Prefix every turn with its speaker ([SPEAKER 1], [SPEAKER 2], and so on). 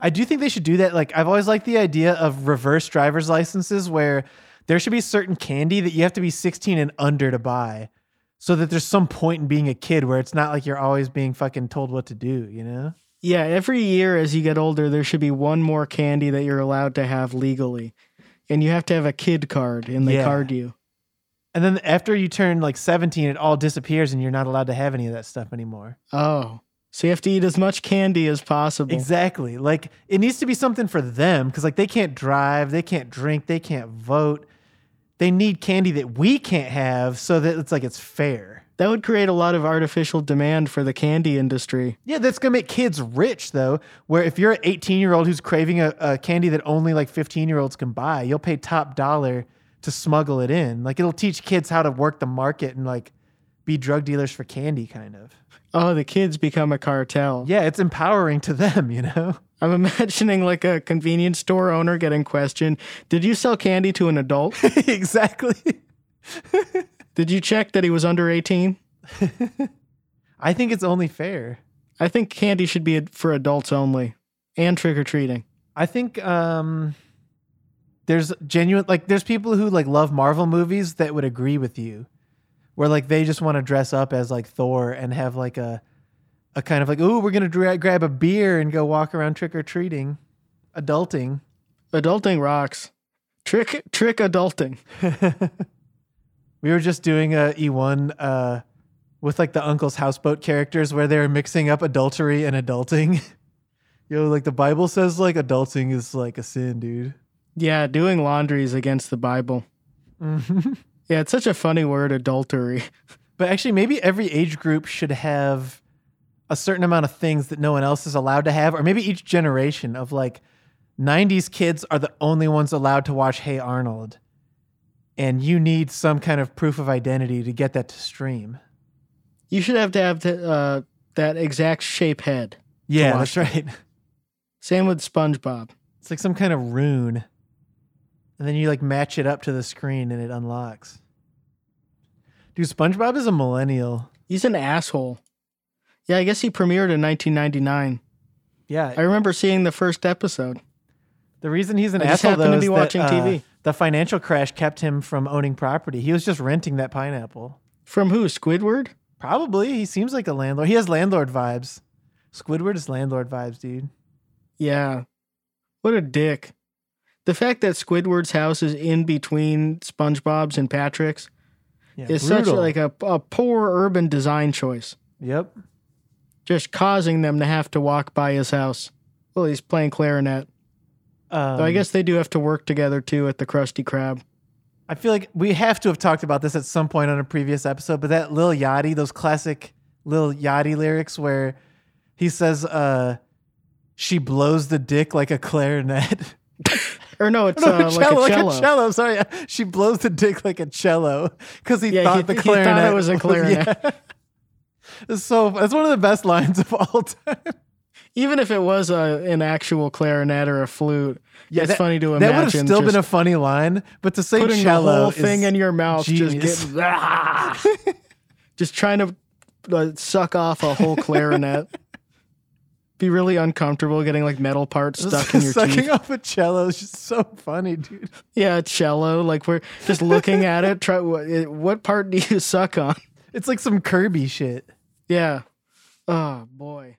[SPEAKER 1] I do think they should do that. Like I've always liked the idea of reverse driver's licenses where there should be certain candy that you have to be 16 and under to buy. So that there's some point in being a kid where it's not like you're always being fucking told what to do, you know?
[SPEAKER 2] Yeah, every year as you get older, there should be one more candy that you're allowed to have legally. And you have to have a kid card, and they
[SPEAKER 1] Yeah.
[SPEAKER 2] card you.
[SPEAKER 1] And then after you turn like 17, it all disappears and you're not allowed to have any of that stuff anymore.
[SPEAKER 2] Oh. So you have to eat as much candy as possible.
[SPEAKER 1] Exactly. Like it needs to be something for them because like they can't drive, they can't drink, they can't vote. They need candy that we can't have so that it's like it's fair.
[SPEAKER 2] That would create a lot of artificial demand for the candy industry.
[SPEAKER 1] Yeah, that's gonna make kids rich though. Where if you're an 18 year old who's craving a, a candy that only like 15 year olds can buy, you'll pay top dollar to smuggle it in. Like it'll teach kids how to work the market and like be drug dealers for candy, kind of.
[SPEAKER 2] Oh, the kids become a cartel.
[SPEAKER 1] Yeah, it's empowering to them, you know?
[SPEAKER 2] I'm imagining like a convenience store owner getting questioned Did you sell candy to an adult?
[SPEAKER 1] exactly.
[SPEAKER 2] Did you check that he was under 18?
[SPEAKER 1] I think it's only fair.
[SPEAKER 2] I think candy should be for adults only and trick or treating.
[SPEAKER 1] I think um there's genuine like there's people who like love Marvel movies that would agree with you. Where like they just want to dress up as like Thor and have like a a kind of like, "Ooh, we're going to dra- grab a beer and go walk around trick or treating, adulting."
[SPEAKER 2] Adulting rocks. Trick trick adulting.
[SPEAKER 1] We were just doing a E1 uh with like the uncle's houseboat characters where they were mixing up adultery and adulting. Yo, like the Bible says like adulting is like a sin, dude.
[SPEAKER 2] Yeah, doing laundry is against the Bible. Yeah, it's such a funny word, adultery.
[SPEAKER 1] But actually, maybe every age group should have a certain amount of things that no one else is allowed to have, or maybe each generation of like 90s kids are the only ones allowed to watch Hey Arnold. And you need some kind of proof of identity to get that to stream.
[SPEAKER 2] You should have to have the, uh, that exact shape head.
[SPEAKER 1] Yeah,
[SPEAKER 2] watch
[SPEAKER 1] that's right.
[SPEAKER 2] Same with SpongeBob.
[SPEAKER 1] It's like some kind of rune. And then you like match it up to the screen and it unlocks. Dude, SpongeBob is a millennial.
[SPEAKER 2] He's an asshole. Yeah, I guess he premiered in 1999.
[SPEAKER 1] Yeah.
[SPEAKER 2] I remember seeing the first episode.
[SPEAKER 1] The reason he's an
[SPEAKER 2] I just
[SPEAKER 1] asshole
[SPEAKER 2] happen to
[SPEAKER 1] though
[SPEAKER 2] be
[SPEAKER 1] is
[SPEAKER 2] watching
[SPEAKER 1] that, uh,
[SPEAKER 2] TV.
[SPEAKER 1] the financial crash kept him from owning property. He was just renting that pineapple.
[SPEAKER 2] From who? Squidward?
[SPEAKER 1] Probably. He seems like a landlord. He has landlord vibes. Squidward is landlord vibes, dude.
[SPEAKER 2] Yeah. What a dick. The fact that Squidward's house is in between SpongeBob's and Patrick's
[SPEAKER 1] Yeah,
[SPEAKER 2] is such
[SPEAKER 1] brutal.
[SPEAKER 2] like a, a poor urban design choice,
[SPEAKER 1] Yep.
[SPEAKER 2] just causing them to have to walk by his house. Well, he's playing clarinet.
[SPEAKER 1] Um,
[SPEAKER 2] Though I guess they do have to work together too at the Krusty Krab.
[SPEAKER 1] I feel like we have to have talked about this at some point on a previous episode, but that Lil Yachty, those classic Lil Yachty lyrics where he says, uh, she blows the dick like a clarinet.
[SPEAKER 2] Or no, it's
[SPEAKER 1] No,
[SPEAKER 2] uh, like a cello.
[SPEAKER 1] Like a cello. Sorry, she blows the dick like a cello because he
[SPEAKER 2] Yeah,
[SPEAKER 1] thought
[SPEAKER 2] he-
[SPEAKER 1] the
[SPEAKER 2] he thought it
[SPEAKER 1] clarinet
[SPEAKER 2] was a clarinet.
[SPEAKER 1] yeah. It's so that's one of the best lines of all time.
[SPEAKER 2] Even if it was a, an actual clarinet or a flute,
[SPEAKER 1] Yeah,
[SPEAKER 2] it's
[SPEAKER 1] that-
[SPEAKER 2] funny to imagine.
[SPEAKER 1] That would have still been
[SPEAKER 2] just
[SPEAKER 1] a funny line, but to say
[SPEAKER 2] putting
[SPEAKER 1] cello
[SPEAKER 2] the whole
[SPEAKER 1] is
[SPEAKER 2] thing in your mouth,
[SPEAKER 1] genius.
[SPEAKER 2] just getting, Ah! just trying to uh, suck off a whole clarinet. Be really uncomfortable getting like metal parts stuck in your
[SPEAKER 1] sucking
[SPEAKER 2] teeth.
[SPEAKER 1] off a cello is just so funny, dude.
[SPEAKER 2] Yeah, cello. Like we're just looking at it. Try what, it- what part do you suck on?
[SPEAKER 1] It's like some Kirby shit.
[SPEAKER 2] Yeah. Oh boy.